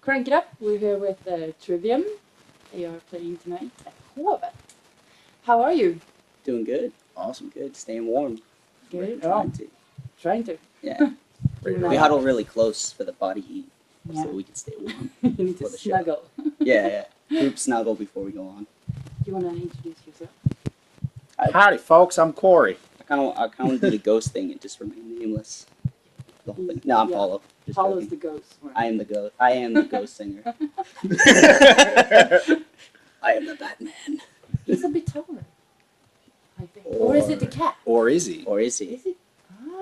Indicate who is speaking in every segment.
Speaker 1: Crank it up. We're here with uh, Trivium. They are playing tonight at Hovet. How are you?
Speaker 2: Doing good. Awesome. Good. Staying warm.
Speaker 1: Good.
Speaker 2: Trying to-
Speaker 1: Trying to.
Speaker 2: Yeah. We huddle really close for the body heat
Speaker 1: Yeah.
Speaker 2: so we can stay warm.
Speaker 1: you need to
Speaker 2: for the show.
Speaker 1: snuggle.
Speaker 2: Yeah, yeah. Group snuggle before we go on.
Speaker 1: You want to introduce yourself?
Speaker 3: Howdy, folks. I'm Corey.
Speaker 2: I kind of I kind of do the ghost thing and just remain nameless. The whole thing. No, I'm
Speaker 1: Yeah.
Speaker 2: Paulo. Just
Speaker 1: Follows
Speaker 2: joking.
Speaker 1: the ghost. one.
Speaker 2: I am the ghost. I am the ghost singer. I am the Batman.
Speaker 1: He's a bit taller, I think. Or, is it the cat?
Speaker 3: or is he?
Speaker 2: Or is he?
Speaker 1: Is it?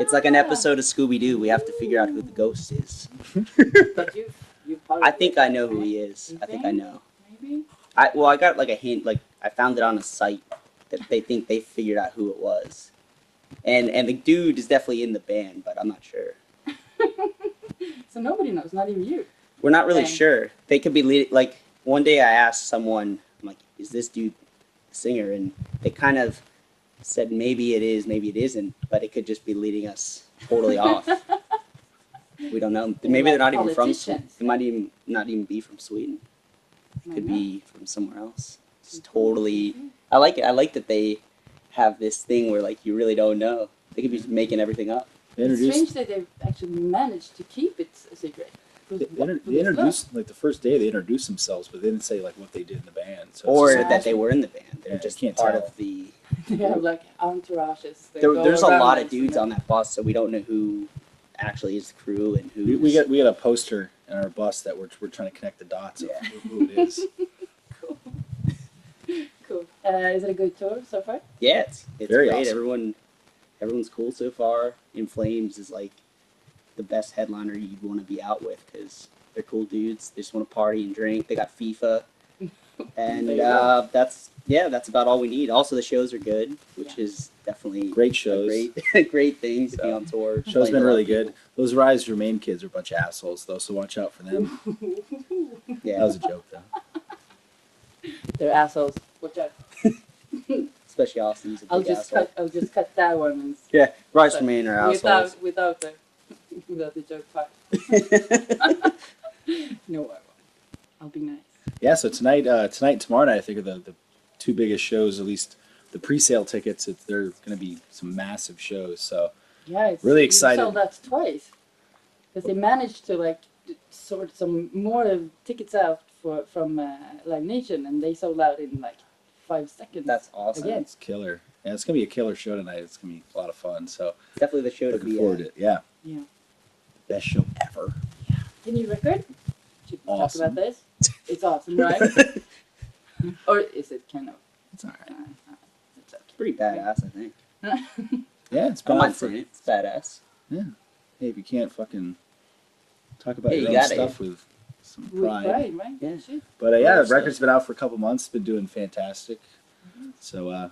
Speaker 2: It's like an
Speaker 1: Ah.
Speaker 2: episode of Scooby Doo. We have to figure out who the ghost is.
Speaker 1: Did you, you
Speaker 2: I think I know who he is. I think I know.
Speaker 1: Maybe.
Speaker 2: I well, I got like a hint. Like I found it on a site that they think they figured out who it was, and and the dude is definitely in the band, but I'm not sure.
Speaker 1: So nobody knows, not even you.
Speaker 2: We're not really
Speaker 1: Okay.
Speaker 2: sure. They could be leading. Like one day, I asked someone, I'm like, "Is this dude the singer?" And they kind of said, "Maybe it is, maybe it isn't," but it could just be leading us totally off. We don't know.
Speaker 1: They're
Speaker 2: Maybe they're
Speaker 1: like
Speaker 2: not even from.
Speaker 1: politicians.
Speaker 2: They might even not even be from Sweden.
Speaker 1: Might
Speaker 2: Could
Speaker 1: not.
Speaker 2: be from somewhere else. It's
Speaker 1: Mm-hmm.
Speaker 2: totally I like it. I like that they have this thing where like you really don't know. They could be just making everything up.
Speaker 4: They
Speaker 1: It's
Speaker 4: introduced,
Speaker 1: strange that they've actually managed to keep it a secret.
Speaker 4: they,
Speaker 1: Because
Speaker 4: they
Speaker 1: what
Speaker 4: inter-
Speaker 1: would
Speaker 4: they
Speaker 1: they
Speaker 4: introduced like the first day they introduced themselves, but they didn't say like what they did in the band. So it's
Speaker 2: Or
Speaker 4: just like-
Speaker 2: that they were in the band. They're
Speaker 4: Yeah, you
Speaker 2: just
Speaker 4: can't
Speaker 2: part
Speaker 4: tell.
Speaker 2: of the
Speaker 1: learn? They have like entourages. that
Speaker 2: there,
Speaker 1: go
Speaker 2: there's a
Speaker 1: around
Speaker 2: lot of
Speaker 1: and-
Speaker 2: dudes on that bus, so we don't know who actually is the crew and who
Speaker 4: we, we got we got a poster in our bus that we're, we're trying to connect the dots of
Speaker 2: Yeah.
Speaker 4: who, who it is.
Speaker 1: Cool. cool. Uh, is it a good tour so far?
Speaker 2: Yeah, it's it's
Speaker 4: Very
Speaker 2: great.
Speaker 4: awesome.
Speaker 2: Everyone everyone's cool so far. In Flames is like the best headliner you'd want to be out with because they're cool dudes. They just want to party and drink. They got FIFA,
Speaker 1: There
Speaker 2: and
Speaker 1: you go.
Speaker 2: uh, that's yeah, that's about all we need. Also, the shows are good, which is definitely
Speaker 4: Great
Speaker 2: a
Speaker 4: shows.
Speaker 2: great great things to be
Speaker 4: Yeah.
Speaker 2: on tour.
Speaker 4: Show's
Speaker 2: playing
Speaker 4: been
Speaker 2: for
Speaker 4: really
Speaker 2: other
Speaker 4: good. Those Rise Remain kids are a bunch of assholes though, so watch out for them.
Speaker 1: Um,
Speaker 2: people.
Speaker 4: That
Speaker 2: Yeah,
Speaker 4: was a joke though.
Speaker 1: They're assholes. Watch out.
Speaker 2: especially Austin's a
Speaker 1: I'll
Speaker 2: big
Speaker 1: just
Speaker 2: asshole.
Speaker 1: cut. I'll just cut that one and s-
Speaker 2: Yeah, Rice
Speaker 1: But
Speaker 2: from Man are assholes.
Speaker 1: without without the without the joke part. No, I won't. I'll be nice.
Speaker 4: Yeah, so tonight, uh, tonight, and tomorrow night, I think are the, the two biggest shows. At least the pre-sale tickets. It's, they're going to be some massive shows. So
Speaker 1: Yeah, it's
Speaker 4: Really
Speaker 1: you
Speaker 4: excited.
Speaker 1: Sold out twice because they managed to like d- sort some more of tickets out for from uh, Live Nation, and they sold out in like five seconds.
Speaker 2: That's awesome.
Speaker 1: Again.
Speaker 4: it's killer. Yeah, it's going to be a killer show tonight. It's going to be a lot of fun. So
Speaker 2: Definitely the show to
Speaker 4: looking
Speaker 2: be uh,
Speaker 4: forward
Speaker 2: at.
Speaker 4: to it. Yeah.
Speaker 1: yeah.
Speaker 4: Best show ever.
Speaker 1: The new record. Should we talk
Speaker 4: Awesome.
Speaker 1: about this? It's awesome, right? or is it kind of?
Speaker 4: It's all right.
Speaker 1: Uh, uh, it's okay.
Speaker 2: Pretty badass, I think.
Speaker 4: Yeah, it's
Speaker 2: I
Speaker 4: been
Speaker 2: might
Speaker 4: out
Speaker 2: say
Speaker 4: for.
Speaker 2: it. It's badass.
Speaker 4: Hey, if you can't fucking talk about
Speaker 2: Yeah,
Speaker 4: your
Speaker 2: you
Speaker 4: own
Speaker 2: got it.
Speaker 4: stuff with some
Speaker 1: We
Speaker 4: pride.
Speaker 1: cried, right?
Speaker 2: Yeah.
Speaker 1: Shit.
Speaker 4: But uh, yeah,
Speaker 2: Pride
Speaker 4: the
Speaker 2: stuff.
Speaker 4: record's been out for a couple months. Been doing fantastic. So uh,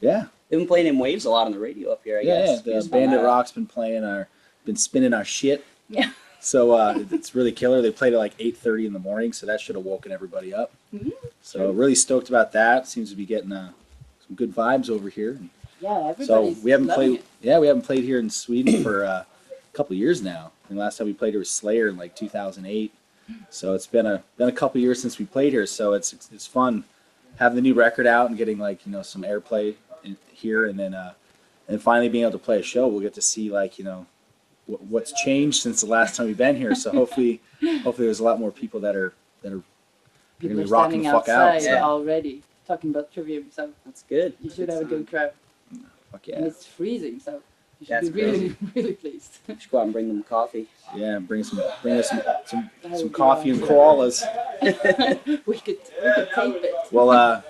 Speaker 4: yeah,
Speaker 2: They've been playing in waves a lot on the radio up here, I
Speaker 4: yeah,
Speaker 2: guess. We
Speaker 4: yeah. The
Speaker 2: just found
Speaker 4: Bandit
Speaker 2: that out.
Speaker 4: Rock's been playing our, been spinning our shit.
Speaker 1: Yeah.
Speaker 4: So uh, it's really killer. They played at like eight thirty in the morning, so that should have woken everybody up.
Speaker 2: Mm-hmm.
Speaker 1: Mhm.
Speaker 4: So really stoked about that. Seems to be getting uh, some good vibes over here.
Speaker 1: Yeah,
Speaker 4: So
Speaker 1: everybody's
Speaker 4: we haven't
Speaker 1: loving
Speaker 4: played.
Speaker 1: it.
Speaker 4: Yeah, we haven't played here in Sweden for uh, a couple years now. And last time we played here was Slayer in like 2008. So it's been a been a couple years since we played here. So it's it's, it's fun having the new record out and getting like you know some airplay in, here, and then uh, and finally being able to play a show. We'll get to see like you know what, what's changed since the last time we've been here. So hopefully, hopefully there's a lot more people that are that are You're
Speaker 1: People
Speaker 4: gonna
Speaker 1: are
Speaker 4: be rocking
Speaker 1: standing
Speaker 4: the fuck out,
Speaker 1: outside
Speaker 2: so.
Speaker 1: already talking about Trivium, so
Speaker 2: That's good.
Speaker 1: you should have a
Speaker 2: time.
Speaker 1: good crowd.
Speaker 4: fuck
Speaker 1: And
Speaker 4: um, yeah
Speaker 1: it's freezing, so you should
Speaker 2: That's
Speaker 1: be really, really pleased.
Speaker 2: We should go out and bring them coffee.
Speaker 4: yeah bring some bring us some some,
Speaker 1: That would
Speaker 4: some
Speaker 1: be
Speaker 4: coffee and
Speaker 1: awesome.
Speaker 4: koalas.
Speaker 1: we could we could tape it.
Speaker 4: Well, uh,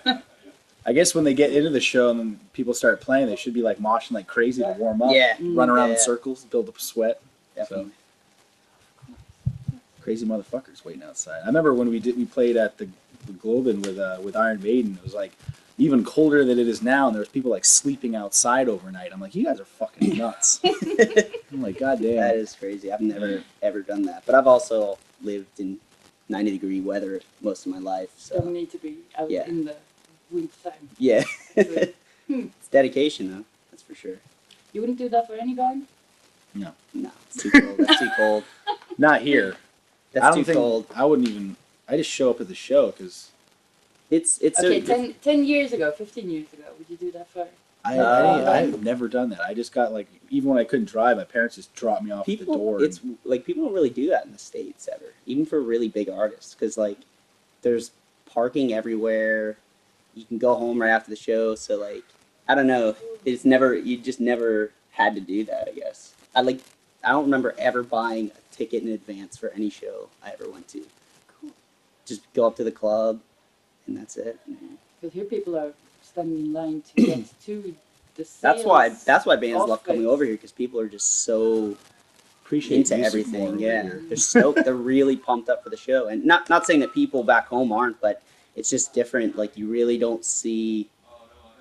Speaker 4: I guess when they get into the show and then people start playing, they should be like moshing like crazy to warm up,
Speaker 2: Yeah,
Speaker 1: Mm.
Speaker 4: run around
Speaker 2: Yeah.
Speaker 4: in circles, build up sweat.
Speaker 2: definitely.
Speaker 4: Crazy motherfuckers waiting outside. I remember when we did we played at the, the Globin with uh, with Iron Maiden. It was like even colder than it is now, and there was people like sleeping outside overnight. I'm like, you guys are fucking nuts. I'm like, goddamn.
Speaker 2: That is crazy. I've never ever done that, but I've also lived in 90 degree weather most of my life.
Speaker 1: Don't
Speaker 2: So
Speaker 1: need to be out
Speaker 2: Yeah.
Speaker 1: in the winter time.
Speaker 2: yeah,
Speaker 1: Really.
Speaker 2: it's dedication though. That's for sure.
Speaker 1: You wouldn't do that for any band?
Speaker 2: No, it's too cold. That's too cold.
Speaker 4: Not here. I
Speaker 2: That's
Speaker 4: don't
Speaker 2: too
Speaker 4: think
Speaker 2: cold.
Speaker 4: I wouldn't even. I just show up at the show because
Speaker 2: It's it's
Speaker 1: okay,
Speaker 2: so
Speaker 1: ten, 10 years ago, 15 years ago, would you do that for?
Speaker 4: I,
Speaker 2: Uh,
Speaker 4: I, didn't- I have never done that. I just got like even when I couldn't drive, my parents just dropped me off at
Speaker 2: people.
Speaker 4: the door.
Speaker 2: It's like people don't really do that in the states ever, even for really big artists, because like there's parking everywhere. You can go home right after the show, so like I don't know. It's never you just never had to do that. I guess I like I don't remember ever buying a ticket in advance for any show I ever went to.
Speaker 1: Cool.
Speaker 2: Just go up to the club, and that's it.
Speaker 1: Because here people are standing in line to get to the sales.
Speaker 2: That's why that's why bands
Speaker 1: Off
Speaker 2: love coming
Speaker 1: it.
Speaker 2: over here because people are just so
Speaker 4: appreciate
Speaker 2: into
Speaker 4: music more
Speaker 2: everything.
Speaker 4: over
Speaker 2: Yeah,
Speaker 4: here.
Speaker 2: they're so they're really pumped up for the show, and not not saying that people back home aren't, but it's just different. Like you really don't see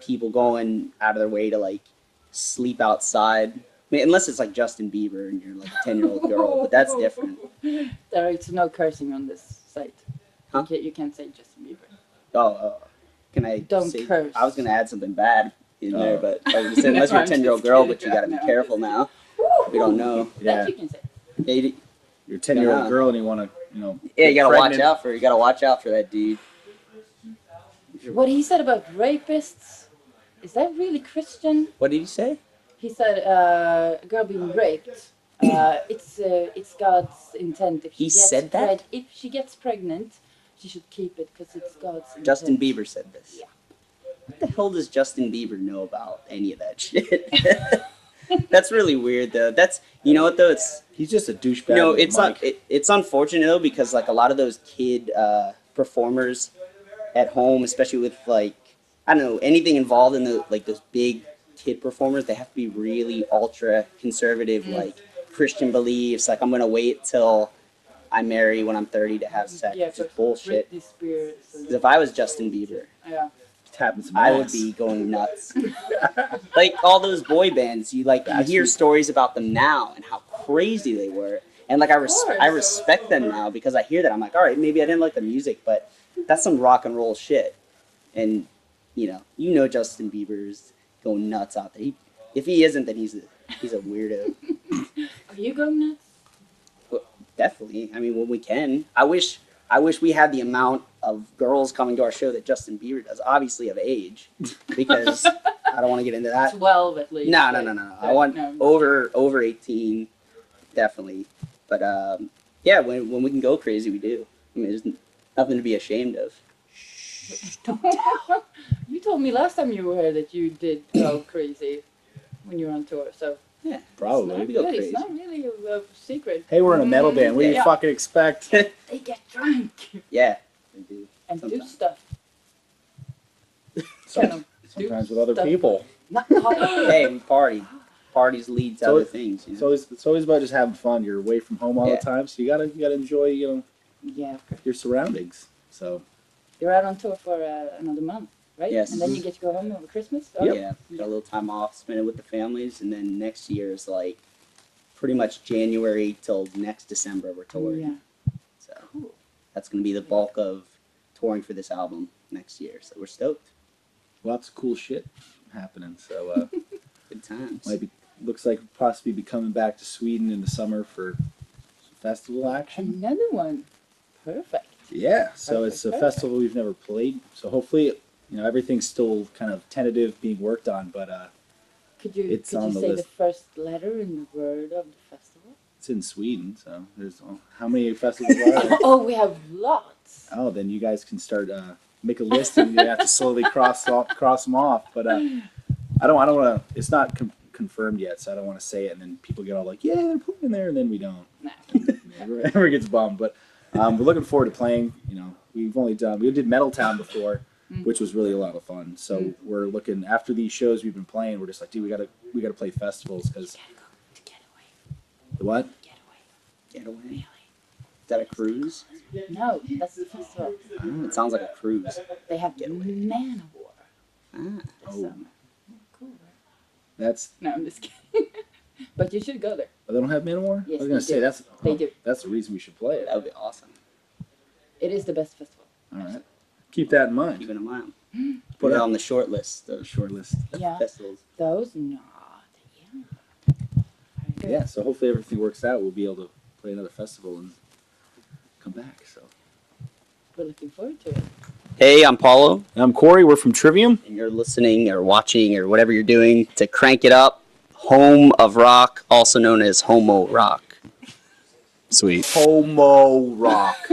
Speaker 2: people going out of their way to like sleep outside, I mean, unless it's like Justin Bieber and you're like a ten year old girl, but that's different.
Speaker 1: There is no cursing on this site.
Speaker 2: Huh?
Speaker 1: You, can't, you can't say Justin Bieber.
Speaker 2: Oh, uh, can I
Speaker 1: Don't
Speaker 2: say-
Speaker 1: curse.
Speaker 2: I was gonna add something bad in there,
Speaker 4: Oh.
Speaker 2: but I was just saying, unless
Speaker 1: No,
Speaker 2: you're a
Speaker 1: I'm
Speaker 2: ten year old
Speaker 1: just
Speaker 2: girl,
Speaker 1: kidding.
Speaker 2: but you gotta be
Speaker 1: No, I'm
Speaker 2: careful
Speaker 1: just-
Speaker 2: now. We don't know.
Speaker 1: That
Speaker 4: Yeah,
Speaker 1: you can say.
Speaker 2: Yeah, you-
Speaker 4: you're a ten year
Speaker 2: Yeah.
Speaker 4: old girl and you want to, you know.
Speaker 2: yeah, you
Speaker 4: get
Speaker 2: gotta watch
Speaker 4: pregnant.
Speaker 2: out for you gotta watch out for that dude.
Speaker 1: What he said about rapists, is that really Christian?
Speaker 2: What did you say?
Speaker 1: He said uh, a girl being raped. Uh, it's uh, it's God's intent. If she
Speaker 2: He
Speaker 1: gets
Speaker 2: said that?
Speaker 1: preg- if she gets pregnant, she should keep it because it's God's.
Speaker 2: Justin
Speaker 1: intent.
Speaker 2: Bieber said this.
Speaker 1: Yeah.
Speaker 2: What the hell does Justin Bieber know about any of that shit? That's really weird though. That's you know what though. It's
Speaker 4: He's just a douchebag.
Speaker 2: you know
Speaker 4: with a
Speaker 2: it's un-
Speaker 4: mic.
Speaker 2: it, it's unfortunate though because like a lot of those kid uh, performers at home, especially with like I don't know anything involved in the like those big kid performers, they have to be really ultra conservative,
Speaker 1: Mm.
Speaker 2: like Christian beliefs. Like I'm gonna wait till I marry when I'm 30 to have sex.
Speaker 1: Yeah,
Speaker 2: It's just
Speaker 1: but
Speaker 2: bullshit.
Speaker 1: Britney Spears.
Speaker 2: 'Cause if I was Justin Bieber.
Speaker 1: Yeah.
Speaker 4: tapping some
Speaker 2: I would
Speaker 4: ass.
Speaker 2: be going nuts. like all those boy bands, you like you hear stories about them now and how crazy they were, and like I res-
Speaker 1: course.
Speaker 2: I respect them now because I hear that I'm like, all right, maybe I didn't like the music, but that's some rock and roll shit, and you know, you know Justin Bieber's going nuts out there. He, if he isn't, then he's a he's a weirdo.
Speaker 1: Are you going nuts?
Speaker 2: Definitely. I mean, when we can, I wish I wish we had the amount of girls coming to our show that Justin Bieber does. Obviously of age, because I don't want to get into that.
Speaker 1: Twelve at least.
Speaker 2: No, no,
Speaker 1: like,
Speaker 2: no, no, no. I
Speaker 1: that-
Speaker 2: want
Speaker 1: no.
Speaker 2: over over eighteen, definitely. But um, yeah, when when we can go crazy, we do. I mean, there's n- nothing to be ashamed of.
Speaker 1: you told me last time you were here that you did go crazy when you were on tour. So
Speaker 4: probably.
Speaker 2: We
Speaker 1: it's
Speaker 2: go
Speaker 1: not, good.
Speaker 2: crazy.
Speaker 1: It's not really a, a secret.
Speaker 4: Hey, we're in a metal band. What do you
Speaker 1: Yeah.
Speaker 4: fucking expect?
Speaker 1: They get drunk
Speaker 2: Yeah, we do.
Speaker 1: and do
Speaker 2: Sometimes.
Speaker 1: stuff. Kind
Speaker 4: Some-
Speaker 1: of do
Speaker 4: Sometimes with other
Speaker 1: stuff.
Speaker 4: people.
Speaker 1: Not hot.
Speaker 2: Hey, we party. Parties lead to
Speaker 4: So
Speaker 2: other
Speaker 4: it-
Speaker 2: things. You
Speaker 4: It's
Speaker 2: know?
Speaker 4: always it's always about just having fun. You're away from home all
Speaker 2: Yeah.
Speaker 4: the time, so you gotta you gotta enjoy you know
Speaker 1: yeah, of course.
Speaker 4: your surroundings. So
Speaker 1: You're out on tour for uh, another month, right?
Speaker 2: Yes.
Speaker 1: And then you get to go home over Christmas. Oh,
Speaker 2: Yeah, got a little time off, spend it with the families, and then next year is like pretty much January till next December we're touring.
Speaker 1: Yeah.
Speaker 2: So
Speaker 1: Cool.
Speaker 2: that's gonna be the bulk of touring for this album next year. So we're stoked.
Speaker 4: lots of cool shit happening. So uh,
Speaker 2: Good times.
Speaker 4: might be looks like we'll possibly be coming back to Sweden in the summer for some festival action.
Speaker 1: Another one. Perfect.
Speaker 4: Yeah, so it's a
Speaker 1: Perfect.
Speaker 4: festival we've never played. So hopefully you know everything's still kind of tentative, being worked on, but uh,
Speaker 1: Could you
Speaker 4: It's
Speaker 1: could
Speaker 4: on
Speaker 1: you
Speaker 4: the
Speaker 1: say
Speaker 4: list.
Speaker 1: the first letter and the word of the festival?
Speaker 4: it's in Sweden. So there's oh, how many festivals are there?
Speaker 1: oh, we have lots.
Speaker 4: Oh, then you guys can start uh, make a list, and you have to slowly cross off, cross them off. But uh, I don't, I don't want to. It's not com- confirmed yet, so I don't want to say it, and then people get all like, "Yeah, they're playing there," and then we don't.
Speaker 1: No.
Speaker 4: Everyone everyone gets bummed. But um, we're looking forward to playing. You know, we've only done we did Metal Town before,
Speaker 1: Mm.
Speaker 4: which was really a lot of fun. So
Speaker 1: Mm.
Speaker 4: we're looking after these shows we've been playing. We're just like, dude, we gotta we gotta play festivals because
Speaker 1: Gotta go to get away.
Speaker 4: the what?
Speaker 1: Get away.
Speaker 2: Get away. Is that a cruise?
Speaker 1: Really? No, that's the festival.
Speaker 2: Oh, it sounds like a cruise.
Speaker 1: They have
Speaker 2: Get away.
Speaker 1: Man of War
Speaker 2: Ah,
Speaker 1: this
Speaker 4: Oh.
Speaker 1: summer. Cool. Right?
Speaker 4: That's
Speaker 1: No, I'm just kidding. but you should go there.
Speaker 4: oh, they don't have Manowar.
Speaker 1: Yes,
Speaker 4: I was
Speaker 1: they
Speaker 4: gonna say
Speaker 1: do.
Speaker 4: that's
Speaker 1: They do.
Speaker 4: that's the reason we should play it.
Speaker 2: that would be awesome.
Speaker 1: It is the best festival.
Speaker 4: All right, keep that in mind.
Speaker 2: Keep it in mind.
Speaker 4: Put
Speaker 2: Put
Speaker 4: it
Speaker 2: it
Speaker 4: up.
Speaker 2: on the short list of
Speaker 4: short list.
Speaker 1: Yeah.
Speaker 2: festivals.
Speaker 1: Those not. Yeah. Very good.
Speaker 4: Yeah, so hopefully everything works out. We'll be able to play another festival in come back. So
Speaker 1: We're looking forward to it.
Speaker 2: Hey, I'm Paulo,
Speaker 3: And I'm Corey. We're from Trivium.
Speaker 2: and you're listening or watching or whatever you're doing to Crank It Up, Home of Rock, also known as Homo Rock.
Speaker 3: Sweet.
Speaker 4: Homo Rock.